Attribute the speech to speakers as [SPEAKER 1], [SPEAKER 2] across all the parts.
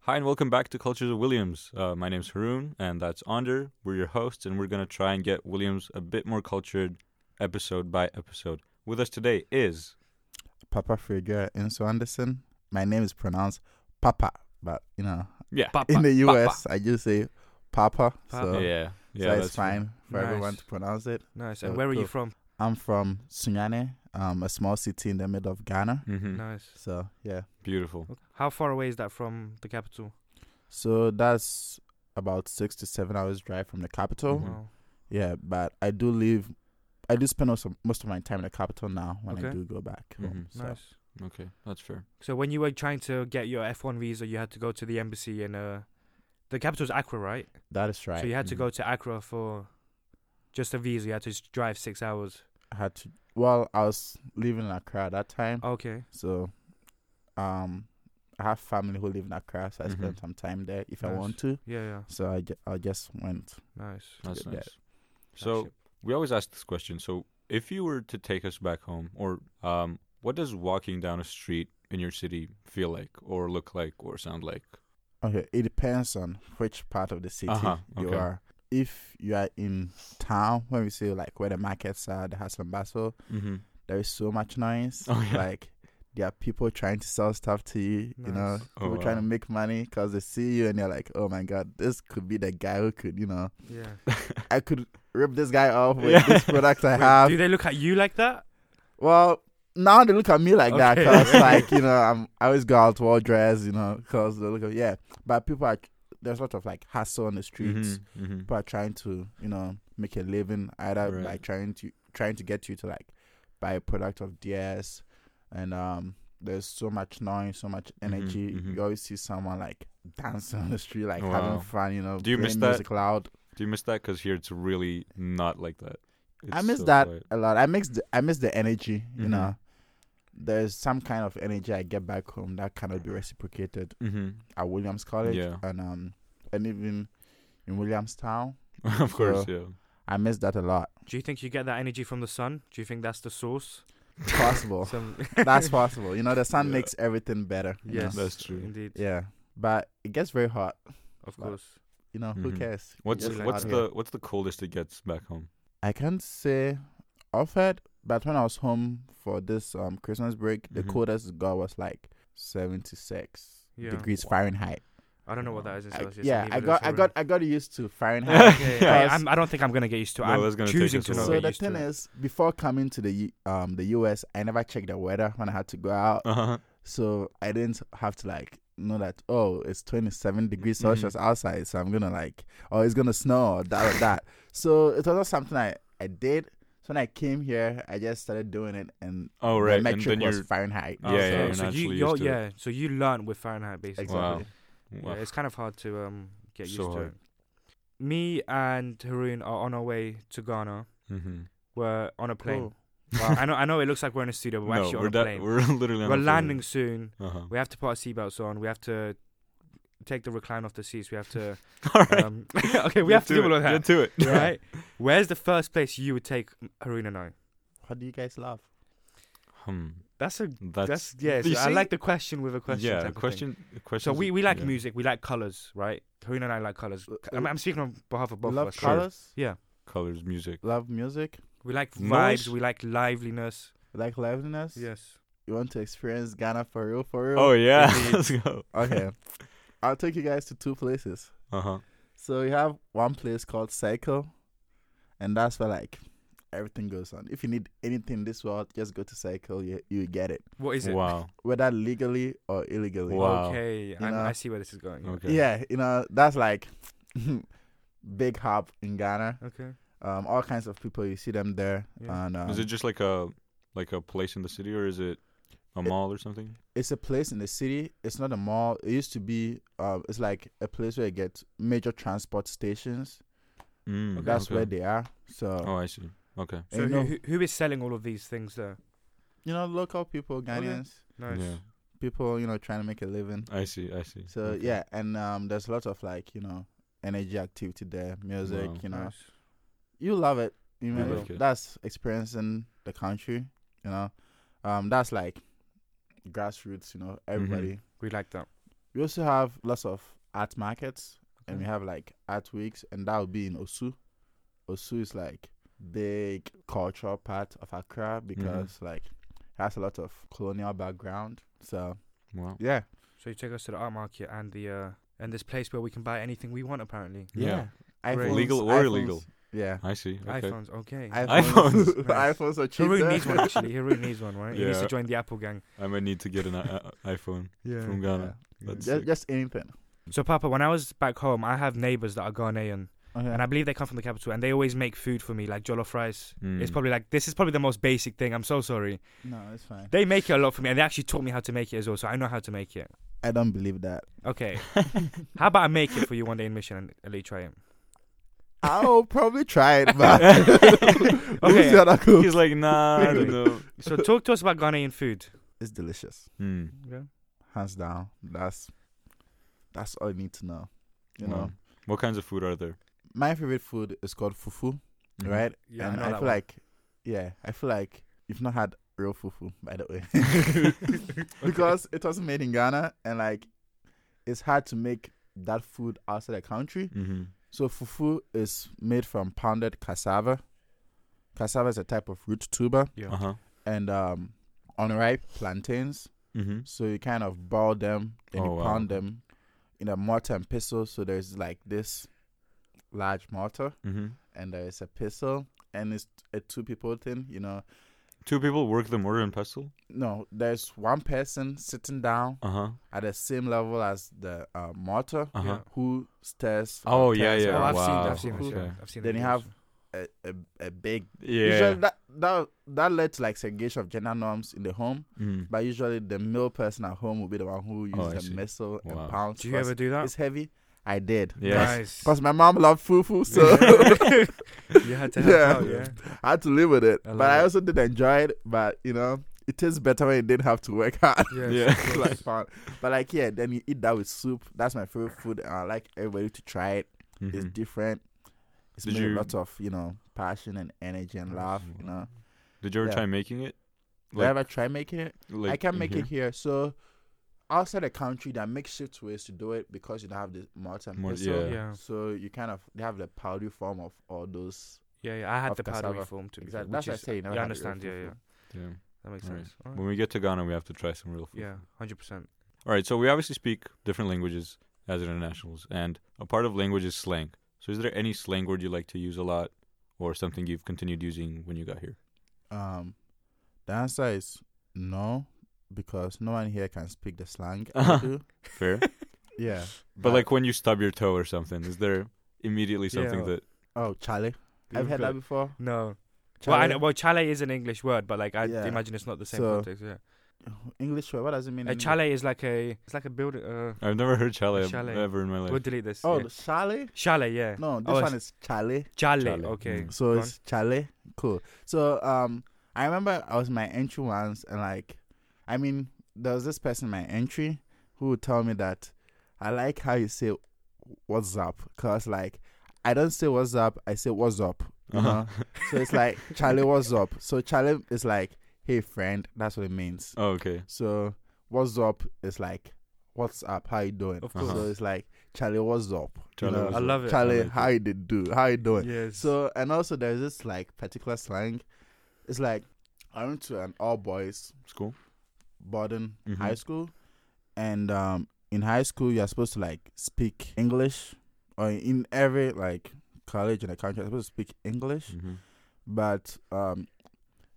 [SPEAKER 1] Hi, and welcome back to Cultures of Williams. Uh, my name's Haroon, and that's Ander. We're your hosts, and we're going to try and get Williams a bit more cultured episode by episode. With us today is.
[SPEAKER 2] Papa Figure Insu Anderson. My name is pronounced Papa, but you know,
[SPEAKER 1] Yeah.
[SPEAKER 3] Papa,
[SPEAKER 2] in the
[SPEAKER 3] Papa.
[SPEAKER 2] US, I just say Papa,
[SPEAKER 3] Papa.
[SPEAKER 2] so,
[SPEAKER 1] yeah.
[SPEAKER 2] so
[SPEAKER 1] Yeah.
[SPEAKER 2] it's fine for
[SPEAKER 3] Nice.
[SPEAKER 2] everyone to pronounce it.
[SPEAKER 3] Nice. And
[SPEAKER 2] Oh,
[SPEAKER 3] where are
[SPEAKER 2] cool.
[SPEAKER 3] you from?
[SPEAKER 2] I'm from Sunyane, um, a small city in the middle of Ghana.
[SPEAKER 1] hmm
[SPEAKER 3] Nice.
[SPEAKER 2] So yeah,
[SPEAKER 1] Beautiful.
[SPEAKER 3] How far away is that from the capital?
[SPEAKER 2] so that's about six to seven hours drive from the capital.
[SPEAKER 1] Mhm.
[SPEAKER 3] Wow.
[SPEAKER 2] Yeah, but I do live. I do spend also most of my time in the capital now when I
[SPEAKER 3] Okay. Mm-hmm.
[SPEAKER 2] do go back home.
[SPEAKER 1] Mhm.
[SPEAKER 2] So
[SPEAKER 3] Nice.
[SPEAKER 1] Okay, that's fair.
[SPEAKER 3] So when you were trying to get your F1 visa, you had to go to the embassy in uh, the capital's Accra, right?
[SPEAKER 2] that is right. Mm-hmm.
[SPEAKER 3] So you had to
[SPEAKER 1] mhm.
[SPEAKER 3] go to Accra for just a visa. You had to s- drive six hours.
[SPEAKER 2] I had to. Well, I was living in Accra at that time.
[SPEAKER 3] Okay.
[SPEAKER 2] So, um, I have family who live in Accra, so I spend
[SPEAKER 1] Mhm.
[SPEAKER 2] some time there if I
[SPEAKER 3] Nice.
[SPEAKER 2] want to.
[SPEAKER 3] Yeah. Yeah.
[SPEAKER 2] So I, ju- I just went.
[SPEAKER 3] Nice.
[SPEAKER 1] That's
[SPEAKER 2] Yeah.
[SPEAKER 1] nice. So, we always ask this question. So, if you were to take us back home, or um, what does walking down a street in your city feel like, or look like, or sound like?
[SPEAKER 2] Okay, it depends on which part of the city
[SPEAKER 1] Uh-huh,
[SPEAKER 2] you
[SPEAKER 1] okay.
[SPEAKER 2] are. If you are in town, when we say like where the markets are, the hustle and bustle,
[SPEAKER 1] Mm-hmm.
[SPEAKER 2] there is so much noise.
[SPEAKER 1] Oh, yeah.
[SPEAKER 2] Like there are people trying to sell stuff to you. You know,
[SPEAKER 3] Nice.
[SPEAKER 2] people
[SPEAKER 1] Oh,
[SPEAKER 2] trying to
[SPEAKER 1] wow.
[SPEAKER 2] make money because they see you and they're like, "Oh my god, this could be the guy who could, you know,
[SPEAKER 3] Yeah.
[SPEAKER 2] I could rip this guy off with
[SPEAKER 1] Yeah.
[SPEAKER 2] this product I
[SPEAKER 3] Wait,
[SPEAKER 2] have."
[SPEAKER 3] do they look at you like that?
[SPEAKER 2] Well, now they look at me like that 'cause
[SPEAKER 3] Okay.
[SPEAKER 2] like, you know, I'm, I always go out well dressed, you know, 'cause they look at, yeah. But people are, there's a lot of like hustle on the streets.
[SPEAKER 1] hmm
[SPEAKER 2] People are trying to, you know, make a living, either
[SPEAKER 1] Right.
[SPEAKER 2] like trying to, trying to get you to like buy a product of theirs. And, um, there's so much noise, so much energy.
[SPEAKER 1] mhm.
[SPEAKER 2] You always see someone like dancing on the street, like
[SPEAKER 1] Wow.
[SPEAKER 2] having fun, you know,
[SPEAKER 1] Do you miss
[SPEAKER 2] playing
[SPEAKER 1] that?
[SPEAKER 2] music loud.
[SPEAKER 1] Do you miss that? Because here it's really not like that.
[SPEAKER 2] I
[SPEAKER 1] It's
[SPEAKER 2] miss
[SPEAKER 1] so
[SPEAKER 2] that
[SPEAKER 1] quiet.
[SPEAKER 2] a lot. I miss the, I miss the energy. You
[SPEAKER 1] Mhm.
[SPEAKER 2] know, there's some kind of energy I get back home that cannot be reciprocated
[SPEAKER 1] Mm-hmm.
[SPEAKER 2] at Williams College
[SPEAKER 1] Yeah.
[SPEAKER 2] and um and even in Williamstown.
[SPEAKER 1] of course, yeah.
[SPEAKER 2] I miss that a lot.
[SPEAKER 3] Do you think you get that energy from the sun? Do you think that's the source?
[SPEAKER 2] Possible.
[SPEAKER 3] Some-
[SPEAKER 2] Oh. That's possible. You know, the sun
[SPEAKER 1] Yeah.
[SPEAKER 2] makes everything better. you know?
[SPEAKER 3] yes.
[SPEAKER 1] That's true.
[SPEAKER 3] Indeed.
[SPEAKER 2] Yeah, but it gets very hot.
[SPEAKER 3] Of
[SPEAKER 2] But-
[SPEAKER 3] course.
[SPEAKER 2] You know,
[SPEAKER 1] Mhm.
[SPEAKER 2] who cares? It
[SPEAKER 1] What's
[SPEAKER 2] gets
[SPEAKER 1] what's
[SPEAKER 2] hot
[SPEAKER 1] the
[SPEAKER 2] here.
[SPEAKER 1] what's the coldest it gets back home?
[SPEAKER 2] I can't say offered, but when I was home for this um Christmas break, the
[SPEAKER 1] Mhm.
[SPEAKER 2] coldest it got was like seventy six
[SPEAKER 3] Yeah.
[SPEAKER 2] degrees Fahrenheit.
[SPEAKER 3] I don't know what that is in
[SPEAKER 2] I-
[SPEAKER 3] Celsius.
[SPEAKER 2] yeah,
[SPEAKER 3] and
[SPEAKER 2] I
[SPEAKER 3] neither
[SPEAKER 2] got, I
[SPEAKER 3] does Haroon.
[SPEAKER 2] got, I got used to Fahrenheit.
[SPEAKER 3] Okay,
[SPEAKER 2] Yeah.
[SPEAKER 3] I, I'm, I don't think I'm gonna get used to it.
[SPEAKER 1] No,
[SPEAKER 3] I'm
[SPEAKER 1] that's gonna take
[SPEAKER 3] choosing
[SPEAKER 1] us
[SPEAKER 3] to
[SPEAKER 1] a
[SPEAKER 3] not
[SPEAKER 1] while.
[SPEAKER 2] so
[SPEAKER 3] get
[SPEAKER 2] the
[SPEAKER 3] used
[SPEAKER 2] thing
[SPEAKER 3] to it.
[SPEAKER 2] is, before coming to the U- um the US, I never checked the weather when I had to go out,
[SPEAKER 1] Uh-huh.
[SPEAKER 2] so I didn't have to like know that oh it's 27 degrees
[SPEAKER 1] Mhm.
[SPEAKER 2] Celsius outside, so I'm gonna like oh it's gonna snow or that or that. So it was not something I I did. So when I came here, I just started doing it, and
[SPEAKER 1] Oh
[SPEAKER 2] the
[SPEAKER 1] right, and
[SPEAKER 2] metric
[SPEAKER 1] then
[SPEAKER 2] was
[SPEAKER 1] you're
[SPEAKER 2] Fahrenheit.
[SPEAKER 1] Yeah, yeah, you're
[SPEAKER 3] so
[SPEAKER 1] not
[SPEAKER 3] you,
[SPEAKER 1] actually
[SPEAKER 3] you're,
[SPEAKER 1] used to it.
[SPEAKER 3] yeah, so you learn with Fahrenheit basically.
[SPEAKER 2] exactly.
[SPEAKER 1] Wow.
[SPEAKER 3] Yeah,
[SPEAKER 1] wow.
[SPEAKER 3] it's kind of hard to um get used
[SPEAKER 1] So
[SPEAKER 3] to.
[SPEAKER 1] hard.
[SPEAKER 3] It. Me and Haroon are on our way to Ghana.
[SPEAKER 1] Mm-hmm.
[SPEAKER 3] We're on a plane.
[SPEAKER 2] Cool.
[SPEAKER 3] I know, I know, it looks like we're in a studio, but we're
[SPEAKER 1] no,
[SPEAKER 3] actually
[SPEAKER 1] we're
[SPEAKER 3] on
[SPEAKER 1] da-
[SPEAKER 3] a plane.
[SPEAKER 1] we're literally on
[SPEAKER 3] We're
[SPEAKER 1] a plane.
[SPEAKER 3] landing soon.
[SPEAKER 1] Uh-huh.
[SPEAKER 3] We have to put our seatbelts on. We have to take the recline off the seats. We have to.
[SPEAKER 1] All right.
[SPEAKER 3] Um, okay, we have to do all of
[SPEAKER 1] Get
[SPEAKER 3] that,
[SPEAKER 1] to it.
[SPEAKER 3] right? Where's the first place you would take Haroon and I?
[SPEAKER 2] What do you guys love?
[SPEAKER 1] Hmm.
[SPEAKER 3] That's a
[SPEAKER 1] That's,
[SPEAKER 3] That's, yeah.
[SPEAKER 1] You
[SPEAKER 3] so I
[SPEAKER 1] see?
[SPEAKER 3] like the question with a question.
[SPEAKER 1] yeah.
[SPEAKER 3] type of thing.
[SPEAKER 1] question.
[SPEAKER 3] So
[SPEAKER 1] Question.
[SPEAKER 3] we, we like
[SPEAKER 1] yeah.
[SPEAKER 3] music. We like colors, right? Karina and I like colors.
[SPEAKER 2] um,
[SPEAKER 3] I'm, I'm speaking on behalf of both of
[SPEAKER 2] love
[SPEAKER 3] us.
[SPEAKER 2] colors.
[SPEAKER 1] colors, music.
[SPEAKER 2] Love music.
[SPEAKER 3] We like
[SPEAKER 1] Noise?
[SPEAKER 3] vibes. We like liveliness.
[SPEAKER 2] Like liveliness.
[SPEAKER 3] Yes.
[SPEAKER 2] You want to experience Ghana for real, for real?
[SPEAKER 1] Oh yeah,
[SPEAKER 3] Indeed.
[SPEAKER 1] let's go.
[SPEAKER 2] Okay. I'll take you guys to two places.
[SPEAKER 1] Uh huh.
[SPEAKER 2] So we have one place called Cycle, and that's where like everything goes on. If you need anything in this world, just go to Cycle. You you get it,
[SPEAKER 3] What is it?
[SPEAKER 1] Wow.
[SPEAKER 2] whether legally or illegally.
[SPEAKER 1] Wow.
[SPEAKER 3] Okay. I,
[SPEAKER 2] know?
[SPEAKER 3] I see where this is going.
[SPEAKER 1] Okay.
[SPEAKER 2] Yeah, you know that's like big hub in Ghana.
[SPEAKER 3] Okay.
[SPEAKER 2] Um, all kinds of people you see them there,
[SPEAKER 3] Yeah.
[SPEAKER 2] and um,
[SPEAKER 1] Is it just like a like a place in the city, or is it a
[SPEAKER 2] It-
[SPEAKER 1] mall or something?
[SPEAKER 2] it's a place in the city. It's not a mall. It used to be. Um, it's like a place where you get major transport stations.
[SPEAKER 1] Mm,
[SPEAKER 2] That's
[SPEAKER 1] okay.
[SPEAKER 2] where they are. So
[SPEAKER 1] Oh, I see. Okay.
[SPEAKER 2] and
[SPEAKER 3] So
[SPEAKER 2] you
[SPEAKER 3] who,
[SPEAKER 2] know,
[SPEAKER 3] who, who is selling all of these things there?
[SPEAKER 2] you know, local people, Ghanaians,
[SPEAKER 3] Nice.
[SPEAKER 1] Yeah.
[SPEAKER 2] people, you know, trying to make a living.
[SPEAKER 1] I see. I see.
[SPEAKER 2] So
[SPEAKER 1] Okay.
[SPEAKER 2] yeah, and um, there's a lot of like you know, energy activity there, music.
[SPEAKER 1] Wow.
[SPEAKER 2] You know,
[SPEAKER 3] Nice.
[SPEAKER 2] you love it. You
[SPEAKER 1] I
[SPEAKER 2] know,
[SPEAKER 1] like it.
[SPEAKER 2] that's experiencing the country.
[SPEAKER 1] Mm-hmm.
[SPEAKER 2] You know, um, that's like grassroots. You know, everybody.
[SPEAKER 3] We like that.
[SPEAKER 2] We also have lots of art markets, and we have like art weeks, and that will be in Osu. Osu is like big cultural part of Accra because like it has a lot of colonial background. So
[SPEAKER 1] Wow.
[SPEAKER 2] yeah,
[SPEAKER 3] So you take us to the art market and the uh and this place where we can buy anything we want apparently.
[SPEAKER 1] Yeah.
[SPEAKER 3] Great.
[SPEAKER 1] Legal or
[SPEAKER 2] iPhones-
[SPEAKER 1] illegal?
[SPEAKER 2] Yeah.
[SPEAKER 1] I see. Okay.
[SPEAKER 3] iPhones, okay.
[SPEAKER 2] iPhones,
[SPEAKER 1] iPhones.
[SPEAKER 3] Nice.
[SPEAKER 2] iPhones are cheaper.
[SPEAKER 3] Haroon needs one actually. Haroon needs one, right? He needs to
[SPEAKER 1] Yeah.
[SPEAKER 3] join the Apple gang.
[SPEAKER 1] I might need to get an I- I- iPhone from
[SPEAKER 2] Yeah.
[SPEAKER 1] Ghana. That's
[SPEAKER 2] Ju-
[SPEAKER 1] sick.
[SPEAKER 2] just anything.
[SPEAKER 3] So Papa, when I was back home, I have neighbors that are Ghanaian,
[SPEAKER 2] Okay.
[SPEAKER 3] and I believe they come from the capital, and they always make food for me, like jollof rice. It's
[SPEAKER 1] Mm.
[SPEAKER 3] probably like this is probably the most basic thing. I'm so sorry.
[SPEAKER 2] no, it's fine.
[SPEAKER 3] They make it a lot for me, and they actually taught me how to make it as well, so I know how to make it.
[SPEAKER 2] I don't believe that.
[SPEAKER 3] Okay, how about I make it for you one day in Mission and at least try it?
[SPEAKER 2] I'll probably try it, but we'll
[SPEAKER 3] Okay.
[SPEAKER 2] see how that goes.
[SPEAKER 1] He's like, nah, I don't know.
[SPEAKER 3] So talk to us about Ghanaian food.
[SPEAKER 2] It's delicious,
[SPEAKER 1] Mm.
[SPEAKER 3] Okay.
[SPEAKER 2] hands down. That's that's all you need to know. You
[SPEAKER 1] Wow.
[SPEAKER 3] Mm.
[SPEAKER 2] know,
[SPEAKER 1] What kinds of food are there?
[SPEAKER 2] my favorite food is called fufu,
[SPEAKER 1] Mhm.
[SPEAKER 2] right?
[SPEAKER 3] Mm-hmm. Yeah,
[SPEAKER 2] and
[SPEAKER 3] I know
[SPEAKER 2] I,
[SPEAKER 3] that
[SPEAKER 2] feel
[SPEAKER 3] one.
[SPEAKER 2] like, yeah, I feel like you've not had real fufu, by the way, because it wasn't made in Ghana, and like it's hard to make that food outside the country.
[SPEAKER 1] Mhm.
[SPEAKER 2] So fufu is made from pounded cassava. Cassava is a type of root tuber,
[SPEAKER 3] Yeah.
[SPEAKER 1] Uh huh.
[SPEAKER 2] and um, unripe plantains.
[SPEAKER 1] Mm-hmm.
[SPEAKER 2] So you kind of boil them and you
[SPEAKER 1] Oh, wow.
[SPEAKER 2] pound them in a mortar and pestle. So there's like this large mortar
[SPEAKER 1] Mm-hmm.
[SPEAKER 2] and there is a pestle and it's a two people thing, you know.
[SPEAKER 1] Two people work the mortar and pestle.
[SPEAKER 2] No, there's one person sitting down
[SPEAKER 1] Uh huh.
[SPEAKER 2] at the same level as the uh, mortar
[SPEAKER 1] Uh huh.
[SPEAKER 3] Yeah.
[SPEAKER 2] who stirs.
[SPEAKER 1] Oh
[SPEAKER 2] and
[SPEAKER 1] yeah,
[SPEAKER 2] turns
[SPEAKER 1] yeah.
[SPEAKER 3] Oh,
[SPEAKER 2] around.
[SPEAKER 3] I've
[SPEAKER 1] wow.
[SPEAKER 3] seen, I've seen this.
[SPEAKER 1] okay.
[SPEAKER 3] Yeah. I've seen.
[SPEAKER 2] Then
[SPEAKER 3] the
[SPEAKER 2] you
[SPEAKER 3] videos.
[SPEAKER 2] have a, a, a big.
[SPEAKER 1] Yeah.
[SPEAKER 2] Usually that, that that led to like segregation of gender norms in the home,
[SPEAKER 1] Mm.
[SPEAKER 2] but usually the male person at home will be the one who uses
[SPEAKER 1] Oh, I
[SPEAKER 2] the
[SPEAKER 1] see.
[SPEAKER 2] missile
[SPEAKER 1] Wow.
[SPEAKER 2] and pounds.
[SPEAKER 3] Do you ever do that?
[SPEAKER 2] It's heavy. I did.
[SPEAKER 1] Yes.
[SPEAKER 3] Nice.
[SPEAKER 2] Because my mom loved fufu, so
[SPEAKER 3] you had to help
[SPEAKER 2] Yeah.
[SPEAKER 3] out, yeah.
[SPEAKER 2] I had to live with it.
[SPEAKER 3] I love
[SPEAKER 2] but I
[SPEAKER 3] it.
[SPEAKER 2] also did enjoy it. But you know, it tastes better when you didn't have to work hard.
[SPEAKER 3] Yeah.
[SPEAKER 1] Yeah.
[SPEAKER 3] so
[SPEAKER 2] like
[SPEAKER 3] close.
[SPEAKER 2] fun. But like yeah, then you eat that with soup. That's my favorite food, and I like everybody to try it. It's
[SPEAKER 1] Mhm.
[SPEAKER 2] different. It's
[SPEAKER 1] Did
[SPEAKER 2] made
[SPEAKER 1] you-
[SPEAKER 2] with lots of you know passion and energy and
[SPEAKER 1] Nice.
[SPEAKER 2] love. You know,
[SPEAKER 1] Did you ever
[SPEAKER 2] yeah.
[SPEAKER 1] try making it?
[SPEAKER 2] did I ever try making it?
[SPEAKER 1] like
[SPEAKER 2] I can
[SPEAKER 1] in
[SPEAKER 2] make
[SPEAKER 1] here?
[SPEAKER 2] it here. So outside the country, there are makeshift ways to do it because you don't have the mortar and
[SPEAKER 1] Mort-
[SPEAKER 2] pestle.
[SPEAKER 1] Yeah.
[SPEAKER 3] yeah.
[SPEAKER 2] So you kind of they have the powdery form of all those.
[SPEAKER 3] Yeah, yeah, I had
[SPEAKER 2] Of
[SPEAKER 3] the powdery
[SPEAKER 2] cassava.
[SPEAKER 3] form too.
[SPEAKER 2] Exactly.
[SPEAKER 3] Which
[SPEAKER 2] That's what I
[SPEAKER 3] is,
[SPEAKER 2] say. You never
[SPEAKER 3] yeah, I
[SPEAKER 2] had it real
[SPEAKER 3] understand. Yeah, yeah,
[SPEAKER 2] fufu.
[SPEAKER 1] Yeah.
[SPEAKER 3] that makes
[SPEAKER 1] Alright.
[SPEAKER 3] sense. Alright.
[SPEAKER 1] When we get to Ghana, we have to try some real food.
[SPEAKER 3] Yeah, hundred percent.
[SPEAKER 1] All right. So we obviously speak different languages as internationals, and a part of language is slang. So is there any slang word you like to use a lot, or something you've continued using when you got here?
[SPEAKER 2] Um, the answer is no, because no one here can speak the slang. I
[SPEAKER 1] Uh-huh.
[SPEAKER 2] do.
[SPEAKER 1] Fair.
[SPEAKER 2] Yeah,
[SPEAKER 1] but like when you stub your toe or something, is there immediately something
[SPEAKER 3] Yeah.
[SPEAKER 1] that?
[SPEAKER 2] oh, Charlie, I've heard that before.
[SPEAKER 3] No. Well, I
[SPEAKER 2] Chale?
[SPEAKER 3] know, well, chale is an English word, but like I
[SPEAKER 2] Yeah.
[SPEAKER 3] imagine it's not the same
[SPEAKER 2] So- mm.
[SPEAKER 3] context. Yeah.
[SPEAKER 2] English word. What does it mean?
[SPEAKER 3] A
[SPEAKER 2] in
[SPEAKER 3] chale is like a it's like a building. Uh,
[SPEAKER 1] I've never heard chale,
[SPEAKER 3] Chalet.
[SPEAKER 1] ever in my life.
[SPEAKER 3] we'll delete this.
[SPEAKER 2] English? Oh,
[SPEAKER 3] yeah.
[SPEAKER 2] the Charlie.
[SPEAKER 3] chale, yeah.
[SPEAKER 2] No, this
[SPEAKER 3] Oh,
[SPEAKER 2] one
[SPEAKER 3] it's-
[SPEAKER 2] is Charlie.
[SPEAKER 3] Chale.
[SPEAKER 1] Chale.
[SPEAKER 3] Okay.
[SPEAKER 1] Mm.
[SPEAKER 2] So
[SPEAKER 3] go
[SPEAKER 2] it's Charlie. Cool. So um, I remember I was in my entry once, and like, I mean, there was this person in my entry who would tell me that I like how you say "what's up" because like I don't say "what's up," I say "what's up." You
[SPEAKER 1] Uh-huh.
[SPEAKER 2] know? So it's like Charlie, what's up? So Charlie is like, hey friend, that's what it means.
[SPEAKER 1] Oh, okay.
[SPEAKER 2] So what's up is like, what's up? How you doing?
[SPEAKER 3] Of
[SPEAKER 1] course.
[SPEAKER 2] So it's like Charlie, what's up?
[SPEAKER 1] Charlie,
[SPEAKER 2] you know,
[SPEAKER 1] what's
[SPEAKER 3] I
[SPEAKER 1] up?
[SPEAKER 3] love it.
[SPEAKER 2] Charlie,
[SPEAKER 1] like
[SPEAKER 2] how you did do? How you doing?
[SPEAKER 3] Yes.
[SPEAKER 2] So and also there's this like particular slang. It's like I went to an all boys
[SPEAKER 1] School.
[SPEAKER 2] boarding
[SPEAKER 3] Mm-hmm.
[SPEAKER 1] Mhm.
[SPEAKER 2] high school, and um, in high school you're supposed to like speak English, or in every like college in the country you're supposed to speak English
[SPEAKER 1] Mm-hmm.
[SPEAKER 2] but um,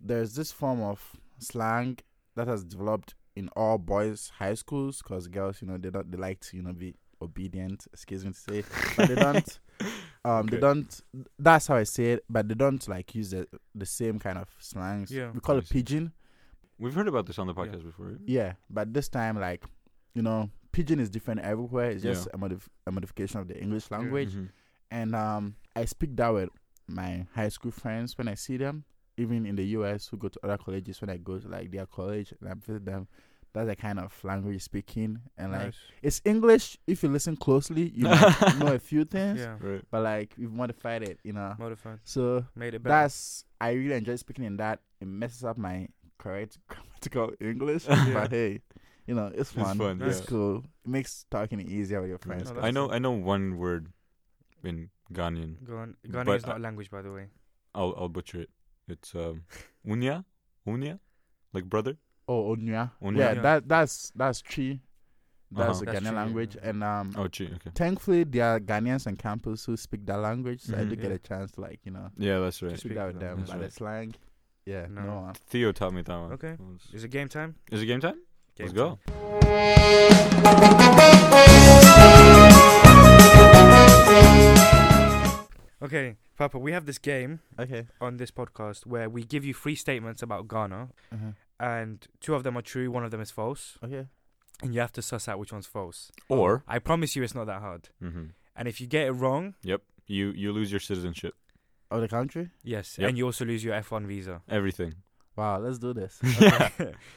[SPEAKER 2] there's this form of slang that has developed in all boys' high schools because girls, you know, they don't they like to you know be obedient. Excuse me to say, but they don't. Um, they
[SPEAKER 1] Okay.
[SPEAKER 2] don't. That's how I say it, but they don't like use the the same kind of slangs.
[SPEAKER 3] Yeah.
[SPEAKER 2] we call
[SPEAKER 1] I
[SPEAKER 2] it
[SPEAKER 1] see.
[SPEAKER 2] pigeon.
[SPEAKER 1] We've heard about this on the podcast before. right?
[SPEAKER 2] Yeah, but this time like, you know, pigeon is different everywhere. It's just
[SPEAKER 1] Yeah.
[SPEAKER 2] a, modif- a modification of the English language
[SPEAKER 1] Mhm.
[SPEAKER 2] and um, I speak that with my high school friends when I see them, even in the US who go to other colleges. When I go to like their college and I visit them, that's the kind of language you're speaking, and like
[SPEAKER 3] Nice.
[SPEAKER 2] it's English. If you listen closely, you might know a few things,
[SPEAKER 3] yeah,
[SPEAKER 1] Right.
[SPEAKER 2] but like we've modified it, you know.
[SPEAKER 3] modified,
[SPEAKER 2] So
[SPEAKER 3] made it better.
[SPEAKER 2] that's I really enjoy speaking in that. It messes up my correct grammatical English,
[SPEAKER 1] Yeah.
[SPEAKER 2] but hey, you know, it's fun. It's,
[SPEAKER 1] fun, yeah.
[SPEAKER 2] cool. It makes talking easier with your friends.
[SPEAKER 3] No, that's
[SPEAKER 1] I know
[SPEAKER 3] it.
[SPEAKER 1] I know one word in Ghanaian.
[SPEAKER 3] Go on.
[SPEAKER 1] But
[SPEAKER 3] Ghana is
[SPEAKER 1] I-
[SPEAKER 3] not a language, by the way.
[SPEAKER 1] I'll I'll butcher it. It's um Unya? Unya? Like brother?
[SPEAKER 2] oh, Onya.
[SPEAKER 1] Onya.
[SPEAKER 2] Yeah,
[SPEAKER 3] Onya.
[SPEAKER 2] that that's that's tree.
[SPEAKER 1] Uh-huh.
[SPEAKER 2] That's the
[SPEAKER 3] That's
[SPEAKER 2] Ghanaian
[SPEAKER 3] Chi, yeah.
[SPEAKER 2] language, and um,
[SPEAKER 1] Oh gee, okay.
[SPEAKER 2] thankfully there are Ghanaians on campus who speak that language, so I
[SPEAKER 1] Mhm.
[SPEAKER 2] do get
[SPEAKER 3] Yeah.
[SPEAKER 2] a chance to like you know
[SPEAKER 1] Yeah, that's right.
[SPEAKER 3] Just-
[SPEAKER 2] speak
[SPEAKER 3] Speak
[SPEAKER 2] that with
[SPEAKER 3] that
[SPEAKER 2] them,
[SPEAKER 1] language.
[SPEAKER 2] but the
[SPEAKER 1] That's
[SPEAKER 2] slang, yeah, no, um,
[SPEAKER 3] No.
[SPEAKER 2] one.
[SPEAKER 1] Theo taught me that one.
[SPEAKER 3] Okay.
[SPEAKER 1] It was-
[SPEAKER 3] Is it game time?
[SPEAKER 1] Is it game time?
[SPEAKER 3] Game
[SPEAKER 1] Let's go.
[SPEAKER 3] time. Okay, Papa, we have this game
[SPEAKER 2] Okay.
[SPEAKER 3] on this podcast where we give you three statements about Ghana,
[SPEAKER 2] Uh-huh.
[SPEAKER 3] and two of them are true, one of them is false,
[SPEAKER 2] Okay.
[SPEAKER 3] and you have to suss out which one's false.
[SPEAKER 1] Or
[SPEAKER 3] I promise you it's not that hard.
[SPEAKER 1] hmm
[SPEAKER 3] And if you get it wrong,
[SPEAKER 1] you you lose your citizenship.
[SPEAKER 2] Of the country?
[SPEAKER 3] yes,
[SPEAKER 1] Yep.
[SPEAKER 3] and you also lose your F1 visa.
[SPEAKER 1] Everything.
[SPEAKER 2] Wow, let's do this.
[SPEAKER 1] yeah.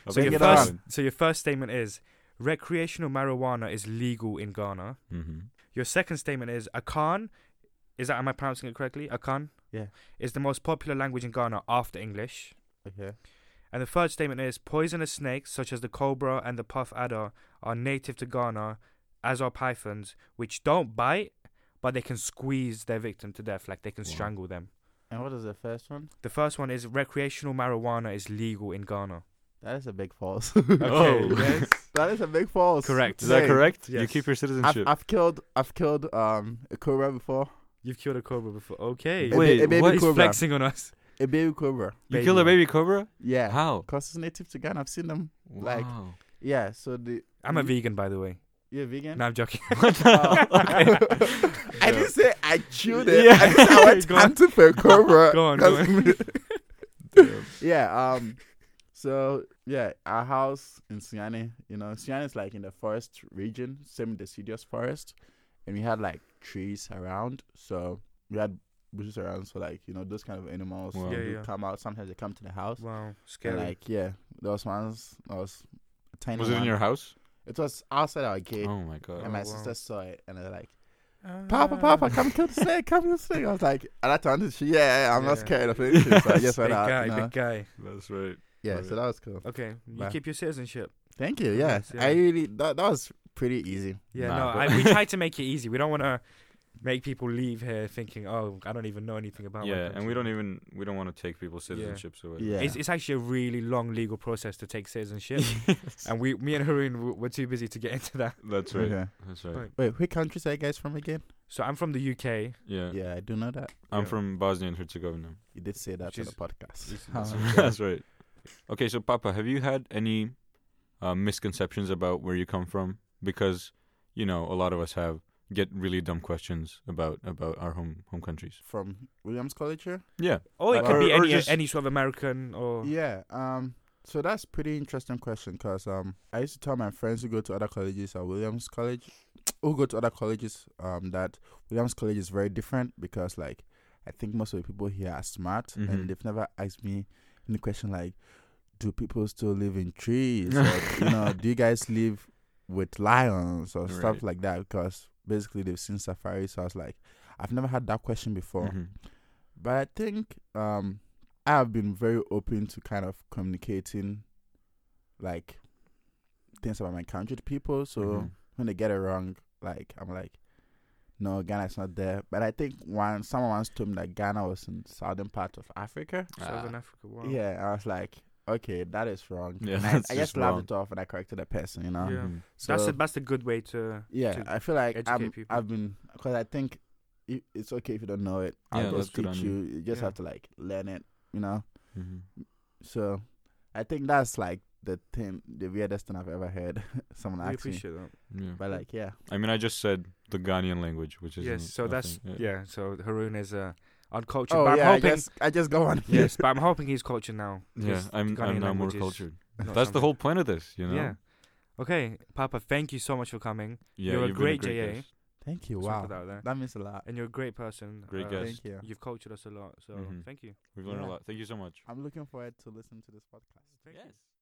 [SPEAKER 3] so
[SPEAKER 2] Bring
[SPEAKER 3] your
[SPEAKER 2] it
[SPEAKER 3] first, so your first statement is recreational marijuana is legal in Ghana.
[SPEAKER 1] hmm
[SPEAKER 3] Your second statement is Akan. Is that am I pronouncing it correctly? Akan.
[SPEAKER 2] Yeah.
[SPEAKER 3] Is the most popular language in Ghana after English.
[SPEAKER 2] Okay.
[SPEAKER 3] And the third statement is poisonous snakes such as the cobra and the puff adder are native to Ghana, as are pythons, which don't bite, but they can squeeze their victim to death, like they can
[SPEAKER 1] Wow.
[SPEAKER 3] strangle them.
[SPEAKER 2] And what is the first one?
[SPEAKER 3] The first one is recreational marijuana is legal in Ghana.
[SPEAKER 2] That is a big false.
[SPEAKER 1] Oh.
[SPEAKER 3] yes.
[SPEAKER 2] that is a big false.
[SPEAKER 3] Correct.
[SPEAKER 1] Is that
[SPEAKER 2] Hey,
[SPEAKER 1] correct? You
[SPEAKER 3] Yes.
[SPEAKER 1] keep your
[SPEAKER 2] I've,
[SPEAKER 1] citizenship.
[SPEAKER 2] I've killed I've killed um a cobra before.
[SPEAKER 3] You've killed a cobra before. Okay.
[SPEAKER 2] A ba-
[SPEAKER 1] Wait,
[SPEAKER 2] a baby
[SPEAKER 1] what?
[SPEAKER 3] He's
[SPEAKER 2] cobra.
[SPEAKER 3] flexing on us.
[SPEAKER 2] A baby cobra.
[SPEAKER 1] you
[SPEAKER 3] baby
[SPEAKER 1] kill a
[SPEAKER 3] one.
[SPEAKER 1] baby cobra?
[SPEAKER 2] Yeah.
[SPEAKER 1] How?
[SPEAKER 2] Cause it's native to Ghana. I've seen them. Like-
[SPEAKER 1] Wow.
[SPEAKER 2] Yeah. So the
[SPEAKER 3] I'm a vegan, by the way.
[SPEAKER 2] you're vegan.
[SPEAKER 3] No, I'm joking.
[SPEAKER 1] What the
[SPEAKER 2] Oh.
[SPEAKER 1] hell? Okay.
[SPEAKER 2] I didn't say I chewed it.
[SPEAKER 1] Yeah.
[SPEAKER 2] I, just, I went
[SPEAKER 3] Go on.
[SPEAKER 2] hunting for a cobra.
[SPEAKER 3] Go on,
[SPEAKER 2] 'Cause-
[SPEAKER 3] go on.
[SPEAKER 2] yeah. Um. So yeah, our house in Siani, you know, Siani is like in the forest region, semi-deciduous forest, and we had like trees around. So we had bushes around. So like you know, those kind of animals
[SPEAKER 1] Wow.
[SPEAKER 2] they
[SPEAKER 3] Yeah,
[SPEAKER 2] do
[SPEAKER 3] yeah.
[SPEAKER 2] come out. Sometimes they come to the house.
[SPEAKER 3] Wow,
[SPEAKER 2] And
[SPEAKER 3] scary.
[SPEAKER 2] like yeah, those ones I was a tiny.
[SPEAKER 1] Was it in
[SPEAKER 2] one.
[SPEAKER 1] your house?
[SPEAKER 2] It was outside our gate,
[SPEAKER 1] Oh my god.
[SPEAKER 2] and my
[SPEAKER 3] Oh, wow.
[SPEAKER 2] sister saw it, and they're like.
[SPEAKER 3] Uh,
[SPEAKER 2] Papa, Papa, come kill the snake, come kill the snake. I was like, at that time, she, yeah, yeah, I'm not
[SPEAKER 3] Yeah.
[SPEAKER 2] scared of anything. So I just
[SPEAKER 3] big
[SPEAKER 2] went out.
[SPEAKER 3] guy,
[SPEAKER 2] you know.
[SPEAKER 3] big guy.
[SPEAKER 1] That's right.
[SPEAKER 2] Yeah, so that was cool.
[SPEAKER 3] Okay, you
[SPEAKER 2] Bah.
[SPEAKER 3] keep your citizenship.
[SPEAKER 2] Thank you. Yeah,
[SPEAKER 3] Nice, yeah.
[SPEAKER 2] I really that that was pretty easy.
[SPEAKER 3] Yeah,
[SPEAKER 1] Nah,
[SPEAKER 3] no,
[SPEAKER 1] but-
[SPEAKER 3] I, we try to make it easy. We don't want to make people leave here thinking, oh, I don't even know anything about. my
[SPEAKER 1] Yeah, and we
[SPEAKER 3] country."
[SPEAKER 1] don't even we don't want to take people's
[SPEAKER 3] Yeah.
[SPEAKER 1] citizenships away.
[SPEAKER 2] e-, Yeah,
[SPEAKER 3] It's, it's actually a really long legal process to take citizenship, and we, me and Haroon, w- were too busy to get into that.
[SPEAKER 1] That's right.
[SPEAKER 2] okay.
[SPEAKER 1] That's right.
[SPEAKER 3] Right.
[SPEAKER 2] Wait, which countries are you guys from again?
[SPEAKER 3] So I'm from the UK.
[SPEAKER 1] Yeah.
[SPEAKER 2] Yeah, I do know that.
[SPEAKER 1] I'm
[SPEAKER 3] Yeah.
[SPEAKER 1] from Bosnia and Herzegovina.
[SPEAKER 2] You did say that
[SPEAKER 3] Which
[SPEAKER 2] on the
[SPEAKER 3] is-
[SPEAKER 2] podcast.
[SPEAKER 3] is-
[SPEAKER 2] How-
[SPEAKER 1] That's right. Okay, so Papa, have you had any uh, misconceptions about where you come from? Because you know a lot of us have get really dumb questions about about our home home countries.
[SPEAKER 2] From Williams College here.
[SPEAKER 1] Yeah.
[SPEAKER 3] Or Oh, it
[SPEAKER 1] Uh,
[SPEAKER 3] could
[SPEAKER 1] or-
[SPEAKER 3] be
[SPEAKER 1] or
[SPEAKER 3] any
[SPEAKER 1] just-
[SPEAKER 3] any sort of American or
[SPEAKER 2] Yeah. Um. So that's pretty interesting question because um I used to tell my friends who go to other colleges at Williams College, who go to other colleges um that Williams College is very different because like I think most of the people here are smart
[SPEAKER 1] Mhm.
[SPEAKER 2] and they've never asked me any question like, do people still live in trees? or, you know, do you guys live with lions or
[SPEAKER 1] Right.
[SPEAKER 2] stuff like that? Because basically they've seen safaris. So I was like, I've never had that question before
[SPEAKER 1] Mhm.
[SPEAKER 2] but I think um I have been very open to kind of communicating like things about my country to people. So
[SPEAKER 3] Mm-hmm.
[SPEAKER 1] Mhm.
[SPEAKER 2] when they get it wrong, like I'm like, no, Ghana's not there. But I think one someone once told me that Ghana was in southern part of Africa.
[SPEAKER 3] Southern
[SPEAKER 1] Ah.
[SPEAKER 3] Africa. Wow.
[SPEAKER 2] Yeah, I was like, okay, that is wrong.
[SPEAKER 1] Yeah,
[SPEAKER 2] and I,
[SPEAKER 1] that's
[SPEAKER 2] I just
[SPEAKER 1] just
[SPEAKER 2] laughed it off and I corrected the person. You know,
[SPEAKER 3] Yeah.
[SPEAKER 1] Mhm.
[SPEAKER 2] so,
[SPEAKER 3] That's a, that's a good way to.
[SPEAKER 2] yeah.
[SPEAKER 3] to
[SPEAKER 2] I feel like
[SPEAKER 3] educate
[SPEAKER 2] I'm,
[SPEAKER 3] people.
[SPEAKER 2] I've been because I think i it's okay if you don't know it. I'll
[SPEAKER 1] Yeah, that's
[SPEAKER 2] just
[SPEAKER 1] good on
[SPEAKER 2] teach
[SPEAKER 1] you.
[SPEAKER 2] you. You just
[SPEAKER 3] Yeah.
[SPEAKER 2] have to like learn it. You know.
[SPEAKER 1] Mhm.
[SPEAKER 2] So I think that's like the thing, the weirdest thing I've ever heard someone
[SPEAKER 3] we
[SPEAKER 2] ask me.
[SPEAKER 3] appreciate that.
[SPEAKER 1] Yeah.
[SPEAKER 2] But like, yeah,
[SPEAKER 1] I mean, I just said the Ghanaian language, which is
[SPEAKER 3] Yes, so that's yeah. So Haroon is uh, uncultured,
[SPEAKER 2] oh
[SPEAKER 3] but I'm
[SPEAKER 2] yeah, I
[SPEAKER 3] hoping
[SPEAKER 2] just I just got one.
[SPEAKER 3] yes, but I'm hoping he's cultured now.
[SPEAKER 1] yeah.
[SPEAKER 3] 'cause
[SPEAKER 1] I'm
[SPEAKER 3] Ghanaian
[SPEAKER 1] I'm now more
[SPEAKER 3] language is
[SPEAKER 1] cultured.
[SPEAKER 3] not
[SPEAKER 1] That's the
[SPEAKER 3] something-
[SPEAKER 1] whole point of this, you know.
[SPEAKER 3] Yeah. Okay, Papa, thank you so much for coming.
[SPEAKER 1] Yeah,
[SPEAKER 3] You're a
[SPEAKER 1] you've been
[SPEAKER 3] great JA.
[SPEAKER 1] guest.
[SPEAKER 2] Thank you.
[SPEAKER 3] Just wanna
[SPEAKER 2] Wow,
[SPEAKER 3] put that out there.
[SPEAKER 2] that means a lot.
[SPEAKER 3] And you're a great person.
[SPEAKER 1] Great
[SPEAKER 3] uh,
[SPEAKER 1] guest.
[SPEAKER 2] Thank you.
[SPEAKER 3] You've cultured us a lot, so
[SPEAKER 1] Mhm.
[SPEAKER 3] thank you.
[SPEAKER 1] We've learned
[SPEAKER 2] Yeah.
[SPEAKER 1] a lot. Thank you so much.
[SPEAKER 2] I'm looking forward to listen to this podcast.
[SPEAKER 3] Thank you.
[SPEAKER 1] Yes.